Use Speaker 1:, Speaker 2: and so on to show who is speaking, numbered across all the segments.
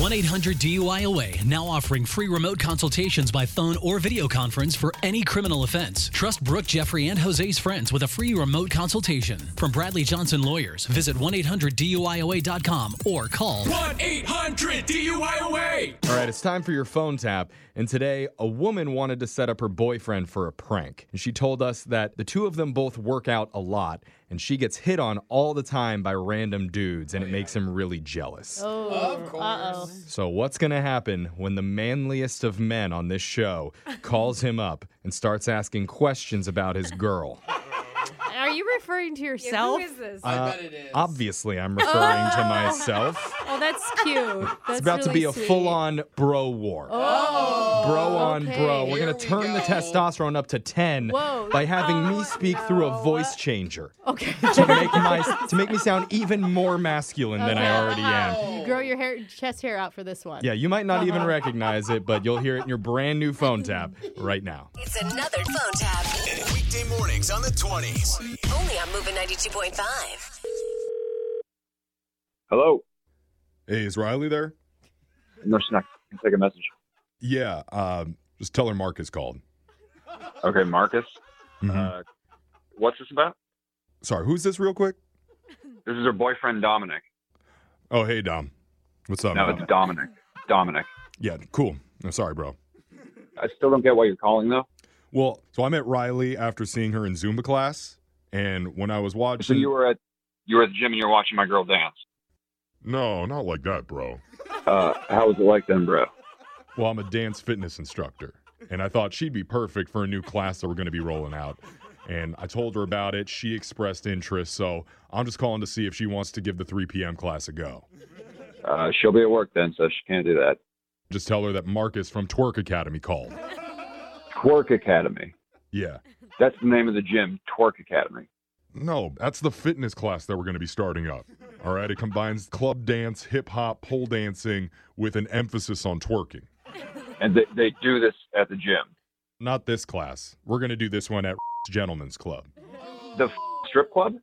Speaker 1: 1 800 DUIOA now offering free remote consultations by phone or video conference for any criminal offense. Trust Brooke, Jeffrey, and Jose's friends with a free remote consultation. From Bradley Johnson Lawyers, visit 1 800 DUIOA.com or call
Speaker 2: 1 800 DUIOA.
Speaker 3: All right, it's time for your phone tap. And today, a woman wanted to set up her boyfriend for a prank. And she told us that the two of them both work out a lot, and she gets hit on all the time by random dudes, and it makes him really jealous.
Speaker 4: Of course. Uh-oh.
Speaker 3: So, what's going to happen when the manliest of men on this show calls him up and starts asking questions about his girl?
Speaker 4: Are you referring to yourself?
Speaker 5: Who is this?
Speaker 3: Uh,
Speaker 2: bet it is.
Speaker 3: obviously, I'm referring to myself.
Speaker 4: oh, that's cute. That's
Speaker 3: It's about to
Speaker 4: really
Speaker 3: be a
Speaker 4: sweet. Oh.
Speaker 3: full on bro war. bro on bro.
Speaker 4: okay.
Speaker 3: We're going to
Speaker 2: Here we
Speaker 3: turn the
Speaker 2: go.
Speaker 3: testosterone up to 10
Speaker 4: Whoa.
Speaker 3: by having me speak through a voice changer
Speaker 4: Okay.
Speaker 3: to make my to make me sound even more masculine than I already am.
Speaker 4: You grow your hair, chest hair out for this one.
Speaker 3: Yeah, you might not even
Speaker 4: Uh-huh.
Speaker 3: recognize it, but you'll hear it in your brand new phone tab right now.
Speaker 6: It's another phone tap.
Speaker 7: Weekday mornings on the 20s.
Speaker 6: Only on Moving 92.5.
Speaker 8: Hello.
Speaker 3: Hey, is Riley there?
Speaker 8: No, she's not. Can I Take a message.
Speaker 3: Yeah, um, just tell her Marcus called.
Speaker 8: Okay, Marcus.
Speaker 9: Mm-hmm.
Speaker 8: Uh, what's this about?
Speaker 3: Sorry, who's this real quick?
Speaker 8: This is her boyfriend Dominic.
Speaker 3: Oh, hey Dom. What's up?
Speaker 8: No, it's Dominic. Dominic.
Speaker 3: Yeah, cool. No, sorry, bro.
Speaker 8: I still don't get why you're calling though.
Speaker 3: Well, so I met Riley after seeing her in Zumba class, and when I was
Speaker 9: Mm-hmm.
Speaker 8: So
Speaker 3: watching,
Speaker 8: you were at you were at the gym and you were watching my girl dance.
Speaker 9: No, not like that, bro.
Speaker 8: Uh, how was it like then, bro?
Speaker 9: Well, I'm a dance fitness instructor, and I thought she'd be perfect for a new class that we're going to be rolling out. And I told her about it. She expressed interest, so I'm just calling to see if she wants to give the 3 p.m. class a go.
Speaker 8: Uh, she'll be at work then, so she can't do that.
Speaker 9: Just tell her that Marcus from Twerk Academy called.
Speaker 8: Twerk Academy.
Speaker 9: Yeah.
Speaker 8: That's the name of the gym. Twerk Academy.
Speaker 9: No, that's the fitness class that we're going to be starting up. All right, it combines club dance, hip hop, pole dancing with an emphasis on twerking.
Speaker 8: And they, they do this at the gym.
Speaker 9: Not this class. We're going to do this one at Gentlemen's Club.
Speaker 8: The f- strip club.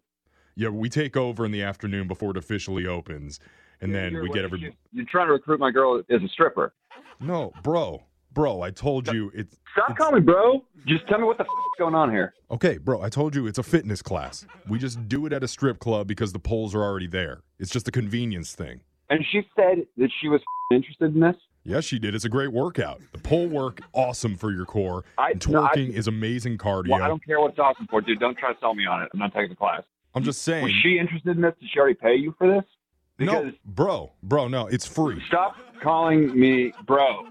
Speaker 9: Yeah, we take over in the afternoon before it officially opens, and then
Speaker 8: You're-
Speaker 9: we get
Speaker 8: what-
Speaker 9: every.
Speaker 8: you- You're trying to recruit my girl as a stripper.
Speaker 9: No, bro, bro, I told you it's
Speaker 8: Stop calling me, bro. Just tell me what the f- is going on here.
Speaker 9: okay, bro. I told you it's a fitness class. We just do it at a strip club because the poles are already there. It's just a convenience thing.
Speaker 8: And she said that she was f- interested in this.
Speaker 9: Yes, she did. It's a great workout. The pole work, awesome for your core.
Speaker 8: I-
Speaker 9: and
Speaker 8: no, I-
Speaker 9: twerking is amazing cardio.
Speaker 8: Well, I don't care what's awesome for, dude. Don't try to sell me on it. I'm not taking the class.
Speaker 9: I'm just
Speaker 8: Was
Speaker 9: saying.
Speaker 8: she interested in this? Did she already pay you for this?
Speaker 9: No,
Speaker 8: Because
Speaker 9: bro, bro, no, it's free.
Speaker 8: stop calling me bro.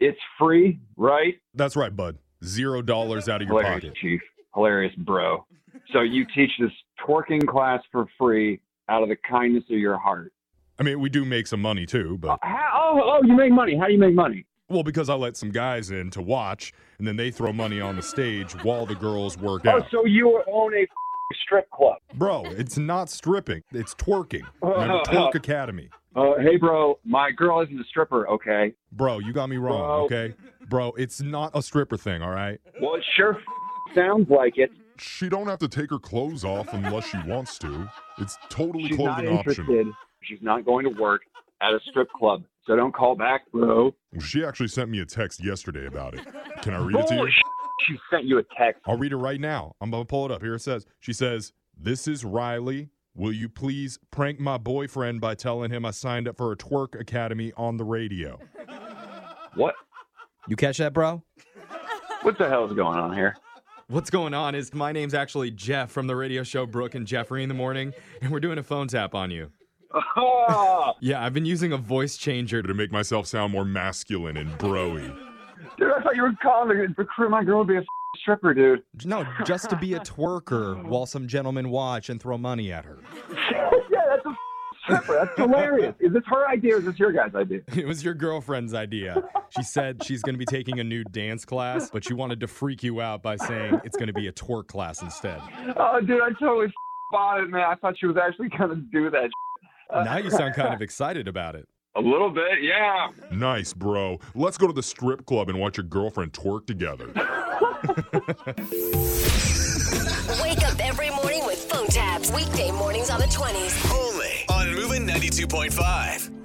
Speaker 8: It's free, right?
Speaker 9: That's right, bud. Zero dollars out of your
Speaker 8: Hilarious,
Speaker 9: pocket.
Speaker 8: chief. Hilarious, bro. So you teach this twerking class for free out of the kindness of your heart.
Speaker 9: I mean, we do make some money too, but
Speaker 8: How, oh, oh, you make money. How do you make money?
Speaker 9: Well, because I let some guys in to watch, and then they throw money on the stage while the girls work
Speaker 8: Oh,
Speaker 9: out.
Speaker 8: so you own a f- strip club.
Speaker 9: Bro, it's not stripping, it's twerking. Remember, Twerk Academy.
Speaker 8: Uh, hey, bro, my girl isn't a stripper, okay?
Speaker 9: Bro, you got me wrong,
Speaker 8: Bro.
Speaker 9: okay? Bro, it's not a stripper thing, all right?
Speaker 8: Well, it sure f- sounds like it.
Speaker 9: She don't have to take her clothes off unless she wants to. It's totally
Speaker 8: She's not interested. She's not going to work at a strip club. So don't call back, bro.
Speaker 9: She actually sent me a text yesterday about it. Can I read it to you?
Speaker 8: Bullsh- She sent you a text.
Speaker 9: I'll read it right now. I'm gonna pull it up. Here it says, she says, This is Riley. Will you please prank my boyfriend by telling him I signed up for a twerk academy on the radio?
Speaker 8: What?
Speaker 10: You catch that, bro?
Speaker 8: What the hell is going on here?
Speaker 3: What's going on is my name's actually Jeff from the radio show Brooke and Jeffrey in the morning, and we're doing a phone tap on you.
Speaker 8: Oh,
Speaker 3: Yeah, I've been using a voice changer
Speaker 9: To
Speaker 3: to.
Speaker 9: make myself sound more masculine and broy.
Speaker 8: dude, I thought you were calling to recruit my girl to be a f- stripper, dude.
Speaker 3: No, just to be a twerker while some gentlemen watch and throw money at her.
Speaker 8: yeah, that's a f- stripper. That's hilarious. Is this her idea or is this your guy's idea?
Speaker 3: It was your girlfriend's idea. She said she's going to be taking a new dance class, but she wanted to freak you out by saying it's going to be a twerk class instead.
Speaker 8: Oh, dude, I totally f- bought it, man. I thought she was actually going to do that.
Speaker 3: Now you sound kind of excited about it.
Speaker 8: A little bit, yeah.
Speaker 9: Nice, bro. Let's go to the strip club and watch your girlfriend twerk together.
Speaker 6: Wake up every morning with phone taps. Weekday mornings on the 20s.
Speaker 7: Only on Moving 92.5.